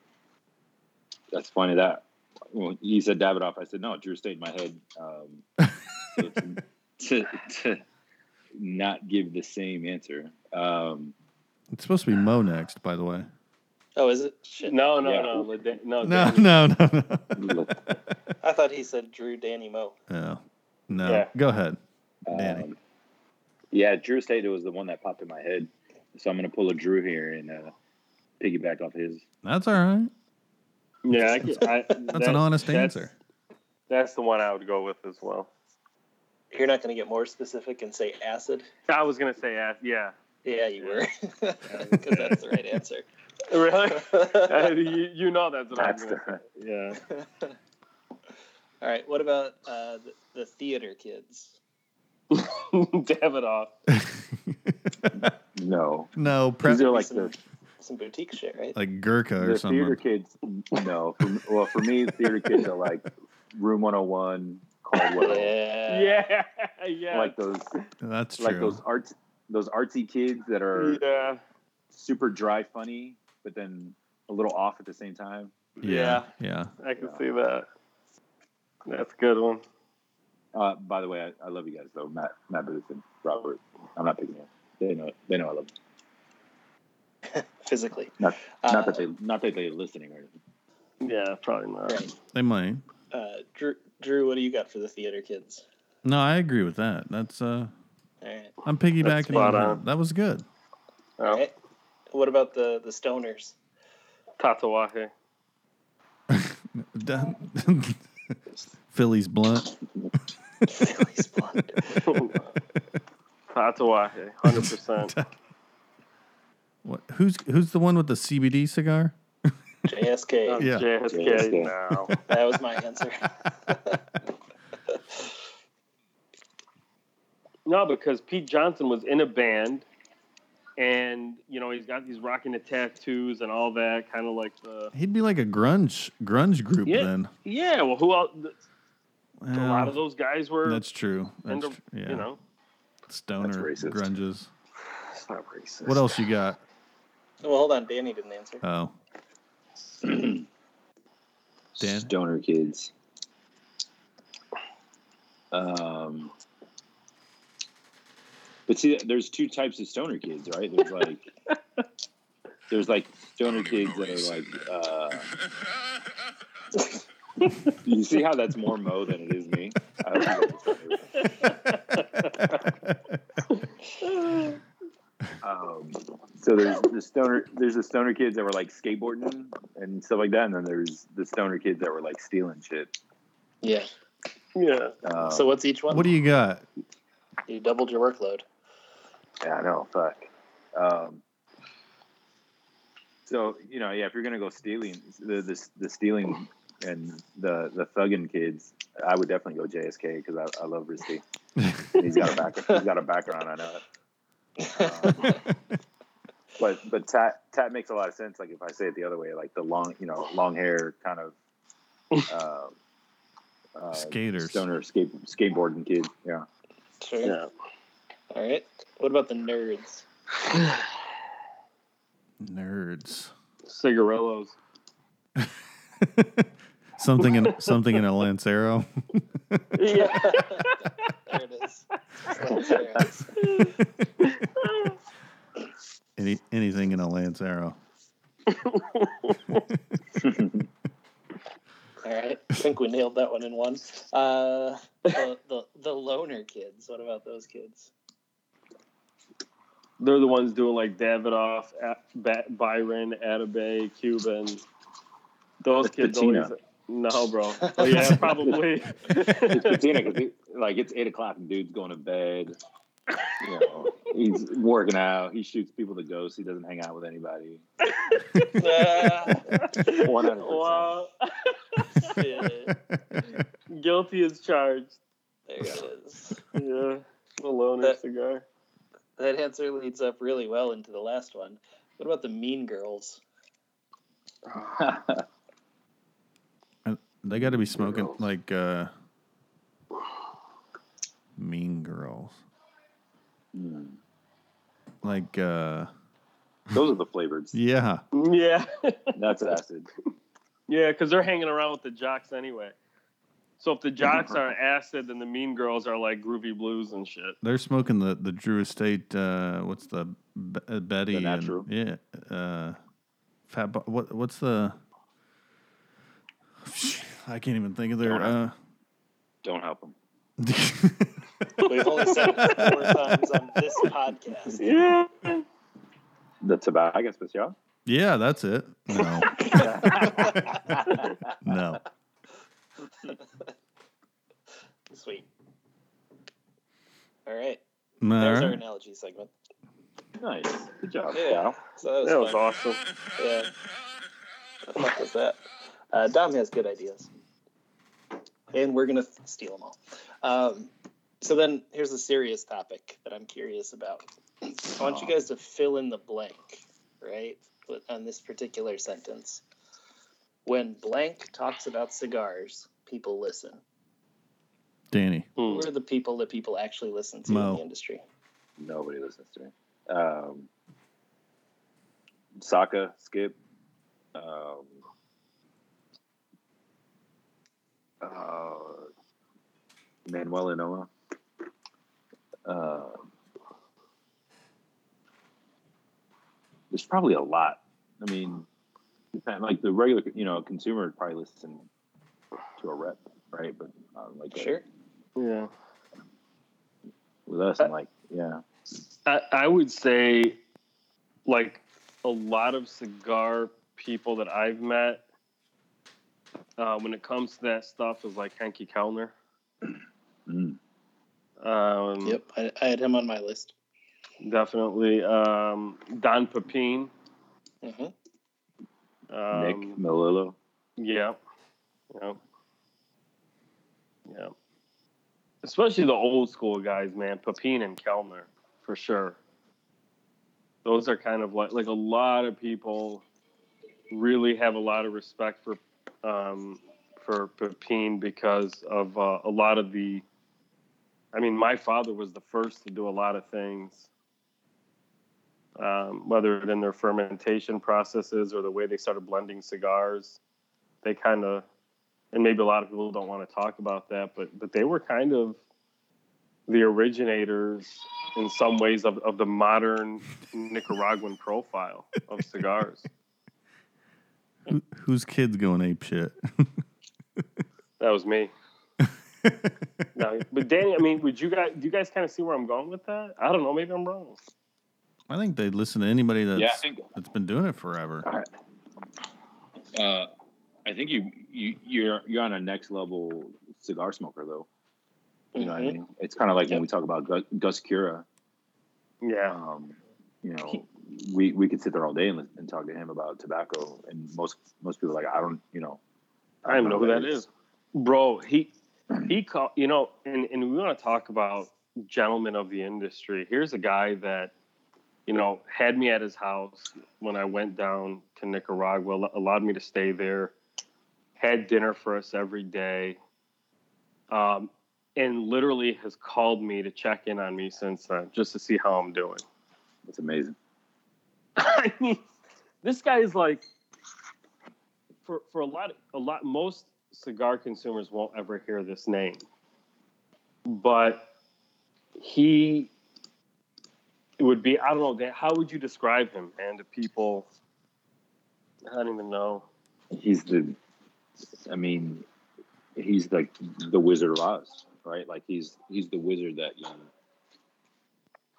Speaker 2: That's funny that. Well, he said Davidoff. I said no. Drew Estate in my head. Um, so to, to, to not give the same answer. Um,
Speaker 4: It's supposed to be Mo next, by the way.
Speaker 6: oh is it Shit.
Speaker 5: No, no,
Speaker 2: Yeah.
Speaker 5: no, let Dan- no,
Speaker 4: No,
Speaker 5: Danny.
Speaker 4: no, no, no.
Speaker 6: i thought he said drew danny mo
Speaker 4: No. No.
Speaker 5: Yeah.
Speaker 4: Go ahead. Danny.
Speaker 2: Um, yeah, Drew Estate was the one that popped in my head. So I'm going to pull a Drew here and uh, piggyback off his.
Speaker 4: That's all right.
Speaker 5: Yeah, I, can- I,
Speaker 4: That's an honest answer.
Speaker 5: That's the one I would go with as well.
Speaker 6: you're not going to get more specific and say acid
Speaker 5: I was gonna say, uh, yeah,
Speaker 6: Yeah, you were. Because that's the right answer.
Speaker 5: Really? Uh, you, you know that's what
Speaker 1: That's
Speaker 5: I'm gonna
Speaker 1: different.
Speaker 5: say. Yeah.
Speaker 6: All right. What about uh, the, the theater kids?
Speaker 5: Davidoff.
Speaker 2: No,
Speaker 4: no, pre-
Speaker 2: these are like the
Speaker 6: Some boutique shit, right?
Speaker 4: like Gurkha or
Speaker 2: the
Speaker 4: something.
Speaker 2: theater kids. No, for, well, for me, theater kids are like Room 101, Caldwell,
Speaker 6: yeah.
Speaker 5: Yeah, yeah.
Speaker 2: like those,
Speaker 4: That's true.
Speaker 2: like those arts, those artsy kids that are
Speaker 5: yeah.
Speaker 2: super dry, funny, but then a little off at the same time.
Speaker 4: yeah, yeah.
Speaker 5: I can see that. That's a good one.
Speaker 2: Uh, by the way, I, I love you guys though, Matt, Matt Booth and Robert. I'm not picking you. They know, they know I love. Them.
Speaker 6: Physically.
Speaker 2: Not-
Speaker 6: Uh,
Speaker 2: not that they, not that they're listening or anything.
Speaker 5: Yeah, probably not.
Speaker 6: Right.
Speaker 4: They might.
Speaker 6: Uh, Drew, Drew, what do you got for the theater kids?
Speaker 4: No, I agree with that. That's uh,
Speaker 6: All right.
Speaker 4: I'm piggybacking on
Speaker 5: spot
Speaker 4: that.
Speaker 5: on.
Speaker 4: That was good.
Speaker 6: All
Speaker 5: Oh,
Speaker 6: right. Eh, What about the the stoners?
Speaker 5: Tatawahe.
Speaker 4: Done. Philly's blunt.
Speaker 6: Philly's blunt.
Speaker 5: Tatawahe, hundred percent.
Speaker 4: What? Who's who's the one with the CBD cigar?
Speaker 6: JSK.
Speaker 4: Yeah.
Speaker 5: JSK.
Speaker 2: JSK.
Speaker 5: No.
Speaker 6: That was my answer.
Speaker 5: No, because Pete Johnson was in a band, and you know he's got he's rocking the tattoos and all that, kind of like the.
Speaker 4: He'd be like a grunge grunge group
Speaker 5: Yeah.
Speaker 4: then.
Speaker 5: Yeah, well, who else? a lot
Speaker 4: Well,
Speaker 5: of those guys were,
Speaker 4: That's true. That's
Speaker 5: into,
Speaker 4: tr- yeah.
Speaker 5: you know,
Speaker 4: Stoner
Speaker 2: That's racist.
Speaker 4: grunges.
Speaker 5: it's not racist.
Speaker 4: What else you got?
Speaker 6: well, hold on. Danny didn't answer.
Speaker 4: Oh, Dan?
Speaker 2: Stoner kids. Um, but see, there's two types of stoner kids, right? There's like, there's like stoner kids that are like, uh, you see how that's more Mo than it is me. I hope you guys don't hear it. um, so there's the stoner, there's the stoner kids that were like skateboarding and stuff like that, and then there's the stoner kids that were like stealing shit.
Speaker 6: Yeah.
Speaker 5: Yeah,
Speaker 2: Um,
Speaker 6: So what's each one?
Speaker 4: what do you got?
Speaker 6: You doubled your workload.
Speaker 2: Yeah, I know. Fuck. Um, so you know, yeah, if you're gonna go stealing the the, the stealing and the the thugging kids, I would definitely go JSK because I, I love Risky. He's got a back, he's got a background. I know it. Um, but but Tat Tat makes a lot of sense. Like if I say it the other way, like the long you know long hair kind of. Um, uh,
Speaker 4: Skaters.
Speaker 2: stoner skate, skateboarding kid. Yeah,
Speaker 6: Sure.
Speaker 5: yeah.
Speaker 6: All right. What about the nerds?
Speaker 4: Nerds.
Speaker 5: Cigarillos.
Speaker 4: something in something in a Lancero.
Speaker 5: Yeah.
Speaker 6: There it is. There it is.
Speaker 4: Any anything in a Lancero.
Speaker 6: All right. I think we nailed that one in one. Uh, the, the, the loner kids. What about those kids?
Speaker 5: They're the ones doing like Davidoff, A- Ba- Byron, Atabay, Cuban. Those
Speaker 2: It's
Speaker 5: kids
Speaker 2: patina.
Speaker 5: always. No, bro. Oh, yeah, probably.
Speaker 2: it's patina because like it's eight o'clock and dude's going to bed. You know, he's working out. He shoots people to ghosts. He doesn't hang out with anybody.
Speaker 6: Ah,
Speaker 2: One hundred percent.
Speaker 5: wow.
Speaker 6: Yeah,
Speaker 5: Guilty as charged.
Speaker 6: there it is.
Speaker 5: Yeah. The loner
Speaker 6: That-
Speaker 5: cigar.
Speaker 6: That answer leads up really well into the last one. What about the mean girls?
Speaker 2: Hmm.
Speaker 4: They got to be smoking like uh, Mean Girls. Like uh,
Speaker 2: Those are the flavors.
Speaker 4: yeah,
Speaker 5: Yeah.
Speaker 2: That's acid.
Speaker 5: yeah, because they're hanging around with the jocks anyway. So if the jocks are acid, then the mean girls are like groovy blues and shit.
Speaker 4: they're smoking the the Drew Estate. Uh, what's the B- uh, Betty? and-
Speaker 2: natural.
Speaker 4: yeah. Uh, fat. Bo- what what's the? I can't even think of their. Uh,
Speaker 2: Don't help him.
Speaker 6: We've only said it four times on this podcast.
Speaker 5: Yeah.
Speaker 2: The Tobacco Special.
Speaker 4: yeah, that's it. No, no.
Speaker 6: Sweet. All right.
Speaker 4: All
Speaker 6: That was our
Speaker 4: right. Uh-huh.
Speaker 6: analogy segment.
Speaker 2: Nice. Good job,
Speaker 6: Yeah.
Speaker 2: Cal.
Speaker 6: So that was was
Speaker 5: That was
Speaker 6: fun.
Speaker 5: awesome.
Speaker 6: Yeah. What the fuck was that? Uh, Dom has good ideas. And we're going to steal them all. Um, so then here's a serious topic that I'm curious about. I want you guys to fill in the blank, right, with- on this particular sentence. When blank talks about cigars, people listen.
Speaker 4: Danny.
Speaker 5: Hmm.
Speaker 6: Who are the people that people actually listen to
Speaker 4: Mo.
Speaker 6: in the industry?
Speaker 2: Nobody listens to me. Um, Saka, Skip. Um, uh, Manuel Inoa. Um there's probably a lot. I mean, depend- like the regular, you know, consumer would probably listen to a rep, right? But um, like uh,
Speaker 6: Sure.
Speaker 5: Hmm. Yeah.
Speaker 2: with us, I'm like, yeah,
Speaker 5: I, I would say, like, a lot of cigar people that I've met, uh, when it comes to that stuff, is like Henke Kellner.
Speaker 2: Mm. Hmm.
Speaker 5: Um,
Speaker 6: Yep. I, I had him on my list.
Speaker 5: Definitely. Um, Don Pepin.
Speaker 6: hmm
Speaker 5: Um,
Speaker 2: Nick Melillo.
Speaker 5: Yeah. Yeah. Yeah. Especially the old school guys, man. Papine and Kellner, for sure. Those are kind of like like a lot of people really have a lot of respect for um, for Papine because of uh, a lot of the. I mean, my father was the first to do a lot of things, um, whether in their fermentation processes or the way they started blending cigars they kind of and maybe a lot of people don't want to talk about that but but they were kind of the originators in some ways of, of the modern nicaraguan profile of cigars
Speaker 4: Who, whose kid's going ape shit?
Speaker 5: that was me no, but danny i mean would you guys do you guys kind of see where i'm going with that i don't know maybe i'm wrong
Speaker 4: I think they listen to anybody that's
Speaker 2: yeah, I think
Speaker 4: that's been doing it forever.
Speaker 2: uh, I think you you you're you're on a next level cigar smoker though. You
Speaker 6: Mm-hmm.
Speaker 2: know what I
Speaker 5: Mm-hmm.
Speaker 2: mean? It's kind of like when we talk about Gus, Gus Cura.
Speaker 5: yeah
Speaker 2: Um, you know, we we could sit there all day and, and talk to him about tobacco, and most most people are like I don't you know.
Speaker 5: i don't know who that is bro he he called you know and, and we want to talk about gentlemen of the industry here's a guy that you know had me at his house when i went down to nicaragua al- allowed me to stay there had dinner for us every day um, and literally has called me to check in on me since then just to see how i'm doing
Speaker 2: It's amazing.
Speaker 5: I mean, this guy is like for for a lot a lot most cigar consumers won't ever hear this name, but he it would be I don't know Dan, how would you describe him and to people I don't even know
Speaker 2: He's the, I mean, he's like the Wizard of Oz, right? Like he's he's the wizard that you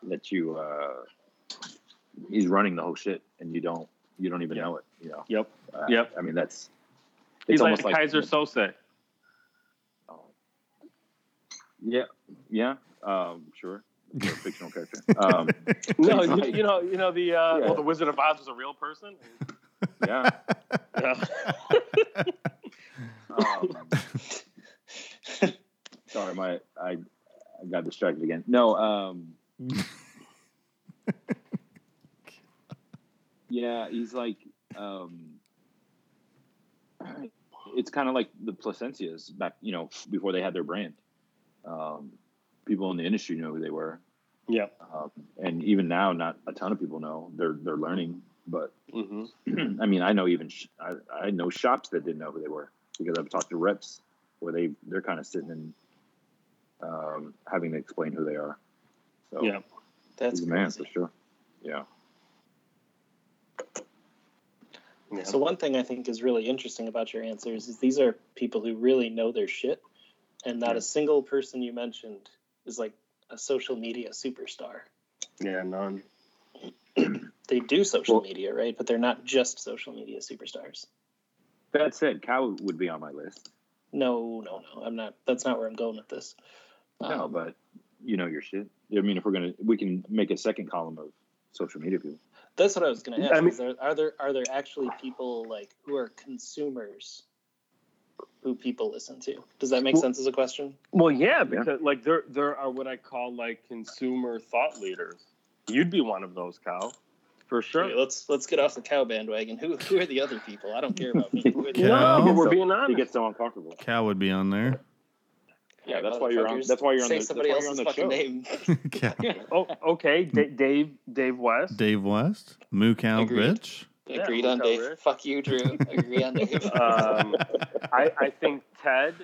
Speaker 2: that you uh, he's running the whole shit, and you don't you don't even
Speaker 5: Yeah.
Speaker 2: know it. You know.
Speaker 5: yep
Speaker 2: Uh,
Speaker 5: Yep.
Speaker 2: I mean, that's. It's
Speaker 5: he's like
Speaker 2: almost
Speaker 5: the Kaiser Sose
Speaker 2: um, Yeah. Yeah. Um, sure. It's a fictional character. Um,
Speaker 5: no
Speaker 2: He's
Speaker 5: you,
Speaker 2: like-
Speaker 5: you know you know the uh,
Speaker 2: Yeah.
Speaker 5: well the Wizard of Oz was a real person
Speaker 2: yeah.
Speaker 5: yeah.
Speaker 2: Um, sorry, my I, I got distracted again. No. Um, yeah, he's like. Um, it's kind of like the Placencias back, you know, before they had their brand. Um, people in the industry know who they were.
Speaker 5: yeah
Speaker 2: um, and even now, not a ton of people know. They're they're learning, but
Speaker 5: hmm
Speaker 2: I mean, I know even sh- I, I know shops that didn't know who they were because I've talked to reps where they they're kind of sitting and um, having to explain who they are. So
Speaker 5: yeah
Speaker 6: That's
Speaker 2: he's a man
Speaker 6: crazy.
Speaker 2: for sure. Yeah,
Speaker 5: yeah
Speaker 6: So one thing I think is really interesting about your answers is these are people who really know their shit, and not a single person you mentioned is like a social media superstar.
Speaker 5: yeah none
Speaker 6: They do social
Speaker 2: Well-
Speaker 6: media, right? But they're not just social media superstars.
Speaker 2: that said, Cow would be on my list.
Speaker 6: No, no, no. I'm not. That's not where I'm going with this.
Speaker 2: No,
Speaker 6: Um,
Speaker 2: but you know your shit. I mean, if we're gonna, we can make a second column of social media people.
Speaker 6: That's what I was going to ask.
Speaker 5: I mean-
Speaker 6: is there, are there are there actually people like who are consumers who people listen to? Does that make
Speaker 5: Well-
Speaker 6: sense as a question?
Speaker 5: Well, yeah, because like there there are what I call like consumer thought leaders. You'd be one of those, Kyle, for sure.
Speaker 6: Okay, let's let's get off the cow bandwagon. Who who are the other people? I don't care about me. Who are the
Speaker 4: Yeah.
Speaker 6: other-
Speaker 5: No,
Speaker 4: Kyle?
Speaker 5: but we're being
Speaker 1: It
Speaker 5: honest.
Speaker 1: gets so uncomfortable.
Speaker 4: Cow would be on there.
Speaker 1: Yeah, that's why you're on-
Speaker 6: Motherfuckers.
Speaker 1: that's why you're on
Speaker 6: Say
Speaker 1: the-
Speaker 6: somebody
Speaker 1: that's why you're on
Speaker 6: else's
Speaker 1: the
Speaker 6: fucking
Speaker 1: show.
Speaker 6: name.
Speaker 4: Cow.
Speaker 5: oh, okay, D- Dave Dave West.
Speaker 4: Dave West, Moo Cow
Speaker 6: Agreed.
Speaker 4: Bitch.
Speaker 5: Yeah,
Speaker 6: Agreed
Speaker 5: we'll
Speaker 6: on
Speaker 5: cover
Speaker 6: Dave.
Speaker 5: it.
Speaker 6: Fuck you, Drew. Agree on Dave.
Speaker 1: Uh,
Speaker 5: Um, I, I think Ted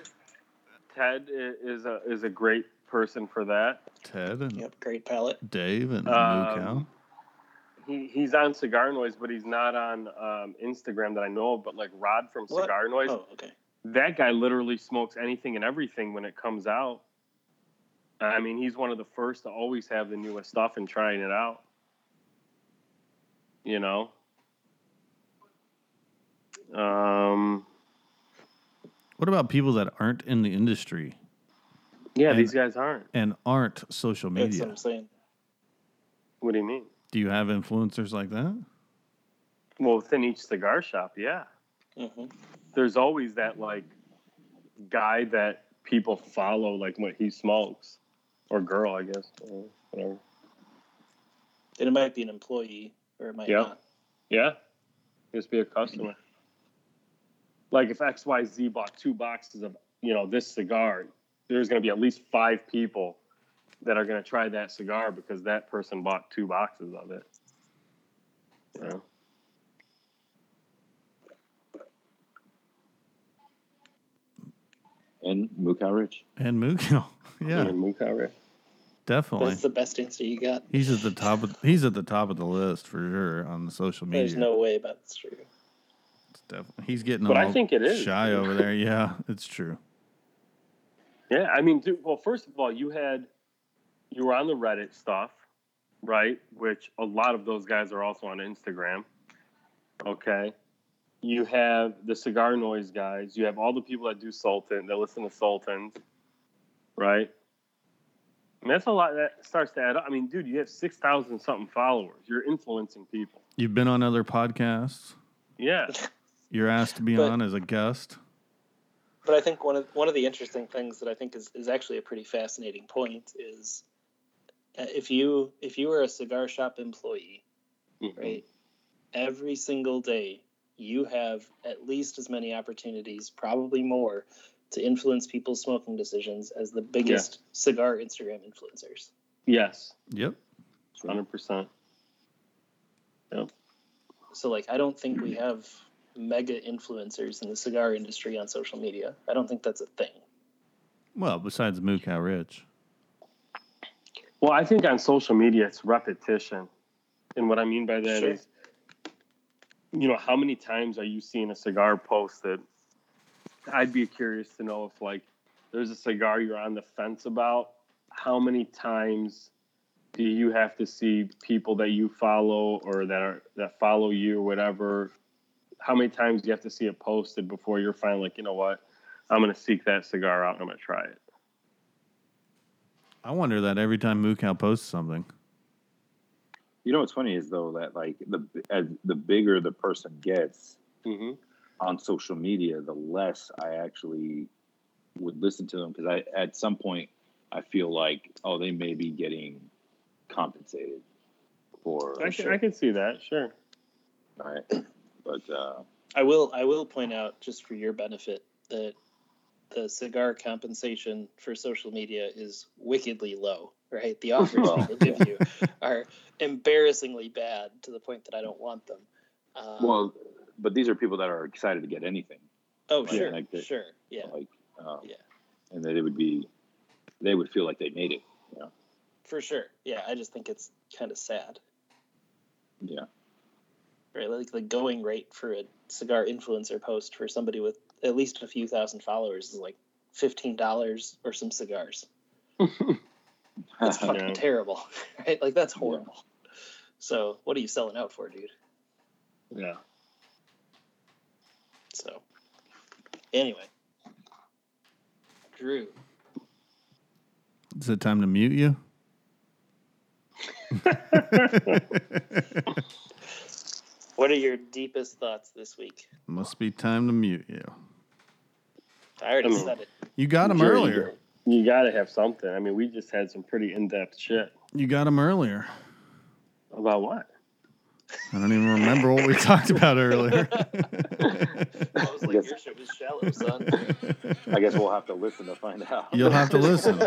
Speaker 5: Ted i- is a is a great person for that.
Speaker 4: Ted and
Speaker 6: yep, great palette.
Speaker 4: Dave and Moo Cow.
Speaker 5: Um, He he's on Cigar Noise, but he's not on um, Instagram that I know of. But like Rod from
Speaker 6: What?
Speaker 5: Cigar Noise,
Speaker 6: Oh, okay.
Speaker 5: that guy literally smokes anything and everything when it comes out. I mean, he's one of the first to always have the newest stuff and trying it out. You know. Um.
Speaker 4: What about people that aren't in the industry
Speaker 5: Yeah,
Speaker 4: And-
Speaker 5: these guys aren't.
Speaker 4: and aren't social
Speaker 6: That's what
Speaker 4: media?
Speaker 6: I'm saying.
Speaker 5: What do you mean?
Speaker 4: Do you have influencers like that?
Speaker 5: Well, within each cigar shop, yeah.
Speaker 6: hmm
Speaker 5: There's always that like guy that people follow, like what he smokes, or girl, I guess, or whatever.
Speaker 6: And it might be an employee or it might
Speaker 5: Yeah.
Speaker 6: not.
Speaker 5: Yeah, just be a customer. Like if X Y Z bought two boxes of you know this cigar, there's going to be at least five people that are going to try that cigar because that person bought two boxes of it. Yeah.
Speaker 2: and Mukai Rich.
Speaker 4: And Moo Cow. Yeah,
Speaker 5: And Mook Outrage.
Speaker 4: definitely.
Speaker 6: That's the best answer you got.
Speaker 4: He's at the top of he's at the top of the list for sure on the social media.
Speaker 6: There's no way about this, Drew.
Speaker 4: It's definitely- he's getting
Speaker 5: But I
Speaker 4: all
Speaker 5: think it is.
Speaker 4: shy over there. Yeah, it's true.
Speaker 5: Yeah, I mean, dude, well, first of all, you had you were on the Reddit stuff, right? Which a lot of those guys are also on Instagram. Okay. You have the cigar noise guys, you have all the people that do Sultan, that listen to Sultans, right? And that's a lot that starts to add up. I mean, dude, you have 6,000 something followers. You're influencing people.
Speaker 4: You've been on other podcasts.
Speaker 5: Yeah.
Speaker 4: You're asked to be
Speaker 6: But-
Speaker 4: on as a guest.
Speaker 6: But I think one of one of the interesting things that I think is, is actually a pretty fascinating point is uh, if you if you were a cigar shop employee, right, every single day you have at least as many opportunities, probably more, to influence people's smoking decisions as the biggest cigar Instagram influencers.
Speaker 5: Yes,
Speaker 4: Yep.
Speaker 5: 100%.
Speaker 6: So like I don't think we have mega influencers in the cigar industry on social media. I don't think that's a thing.
Speaker 4: Well, besides Moo Cow Rich.
Speaker 5: Well, I think on social media, it's repetition. And what I mean by that is,
Speaker 6: Sure.
Speaker 5: you know, how many times are you seeing a cigar posted? I'd be curious to know if, like, there's a cigar you're on the fence about. How many times do you have to see people that you follow or that are that follow you or whatever? How many times do you have to see it posted before you're finally like, you know what? I'm gonna seek that cigar out and I'm gonna try it.
Speaker 4: I wonder that every time Moo Cow posts something.
Speaker 2: You know what's funny is though that like the as the bigger the person gets
Speaker 5: Mm-hmm.
Speaker 2: on social media, the less I actually would listen to them because I at some point I feel like oh they may be getting compensated for
Speaker 5: I, can, I can see that, sure.
Speaker 2: right? but uh,
Speaker 6: I will I will point out just for your benefit that the cigar compensation for social media is wickedly low, right? The offers
Speaker 2: Well,
Speaker 6: people give you are embarrassingly bad to the point that I don't want them. Um,
Speaker 2: well, but these are people that are excited to get anything
Speaker 6: oh
Speaker 2: yeah,
Speaker 6: sure,
Speaker 2: like that-
Speaker 6: sure, yeah,
Speaker 2: like um,
Speaker 6: Yeah.
Speaker 2: and that it would be they would feel like they made it
Speaker 6: for sure, yeah. I just think it's kind of sad,
Speaker 2: yeah
Speaker 6: right? Like the going rate for a cigar influencer post for somebody with at least a few thousand followers is like fifteen dollars or some cigars. That's fucking
Speaker 5: Yeah.
Speaker 6: terrible, right? Like that's horrible. So what are you selling out for, dude?
Speaker 5: Yeah.
Speaker 6: So anyway, Drew,
Speaker 4: Is it time to mute you?
Speaker 6: What are your deepest thoughts this week?
Speaker 4: Must be time to mute you.
Speaker 6: I already
Speaker 5: Mm.
Speaker 6: said it.
Speaker 4: You got him
Speaker 5: Sure, you
Speaker 4: earlier.
Speaker 5: do. You got to have something. I mean, we just had some pretty in depth shit
Speaker 4: You got him earlier.
Speaker 5: about what?
Speaker 4: I don't even remember what we talked about earlier.
Speaker 6: I was like,
Speaker 1: Yes.
Speaker 6: your shit was shallow, son.
Speaker 1: I guess we'll have to listen to find out.
Speaker 4: You'll have to listen.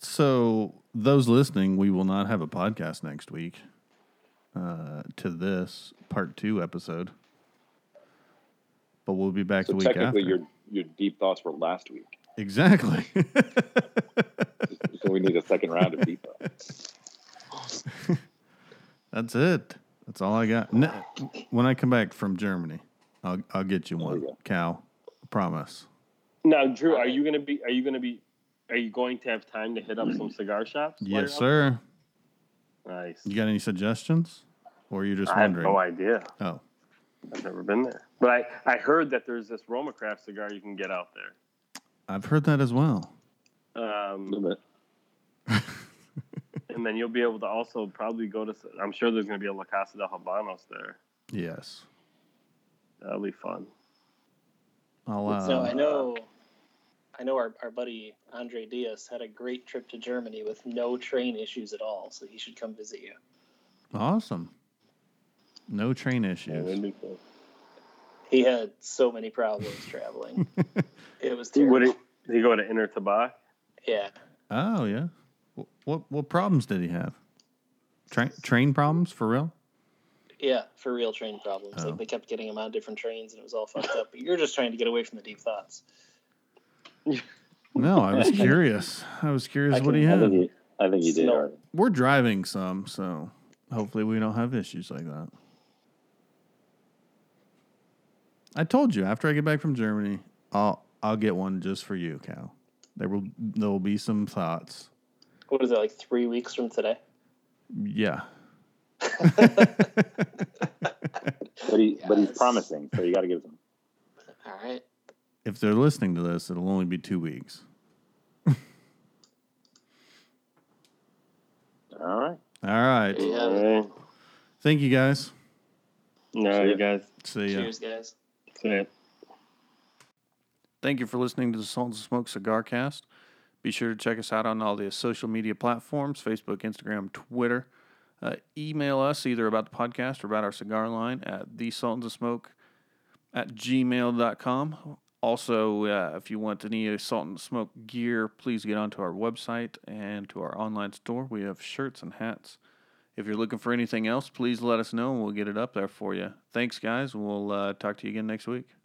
Speaker 4: So, those listening, we will not have a podcast next week uh, to this part two episode, but we'll be back
Speaker 2: So
Speaker 4: the week after.
Speaker 2: technically, your your deep thoughts were last week.
Speaker 4: Exactly.
Speaker 2: So we need a second round of deep thoughts.
Speaker 4: That's it. That's all I got. Ne- when I come back from Germany, I'll I'll get you one
Speaker 2: you go.
Speaker 4: cow. I promise.
Speaker 5: Now, Drew, are you gonna be? Are you gonna be? Are you going to have time to hit up some cigar shops? while
Speaker 4: Yes,
Speaker 5: you're
Speaker 4: sir.
Speaker 5: up? Nice.
Speaker 4: You got any suggestions, or you're just
Speaker 5: I have
Speaker 4: wondering?
Speaker 5: no idea.
Speaker 4: oh,
Speaker 5: I've never been there, but I I heard that there's this Roma Craft cigar you can get out there.
Speaker 4: I've heard that as well.
Speaker 5: Um,
Speaker 2: Little bit.
Speaker 5: And then you'll be able to also probably go to. I'm sure there's going to be a La Casa de Habanos there.
Speaker 4: Yes,
Speaker 5: That'll be fun.
Speaker 4: I'll. Uh,
Speaker 6: So I know, I know our, our buddy Andre Diaz had a great trip to Germany with no train issues at all, so he should come visit you.
Speaker 4: Awesome. No train
Speaker 5: Yeah,
Speaker 4: issues.
Speaker 5: that'd be cool.
Speaker 6: He had so many problems traveling. It was
Speaker 5: Dude,
Speaker 6: terrible.
Speaker 5: Would it? Did he go to Inner Tabac?
Speaker 6: yeah,
Speaker 4: oh yeah. What, what what problems did he have? Train train problems for real?
Speaker 6: yeah, for real train problems.
Speaker 4: Oh.
Speaker 6: Like they kept getting him on different trains, and it was all fucked up. But you're just trying to get away from the deep thoughts.
Speaker 4: No, I was curious. I was curious
Speaker 1: I
Speaker 4: what
Speaker 1: can-
Speaker 4: he
Speaker 1: I
Speaker 4: had.
Speaker 1: think you, I think you did.
Speaker 6: No.
Speaker 1: all right.
Speaker 4: We're driving some, so hopefully we don't have issues like that. I told you after I get back from Germany, I'll I'll get one just for you, Cal. There will there will be some thoughts.
Speaker 6: What is it like three weeks from today?
Speaker 4: Yeah.
Speaker 1: But he, but he's
Speaker 6: Yes.
Speaker 1: promising, so you got to give him.
Speaker 6: All right.
Speaker 4: if they're listening to this, it'll only be two weeks.
Speaker 1: All right.
Speaker 4: All right.
Speaker 6: Yeah.
Speaker 5: All right.
Speaker 4: Thank you guys.
Speaker 5: No, you guys.
Speaker 4: See ya.
Speaker 6: Cheers, guys.
Speaker 5: See ya.
Speaker 4: Thank you for listening to the Salt and Smoke Cigar Cast. Be sure to check us out on all the social media platforms Facebook, Instagram, Twitter. Uh, email us either about the podcast or about our cigar line at the Salt and Smoke at gmail.com. Also, uh, if you want any Salt and Smoke gear, please get onto our website and to our online store. We have shirts and hats. If you're looking for anything else, please let us know and we'll get it up there for you. Thanks, guys. We'll uh, talk to you again next week.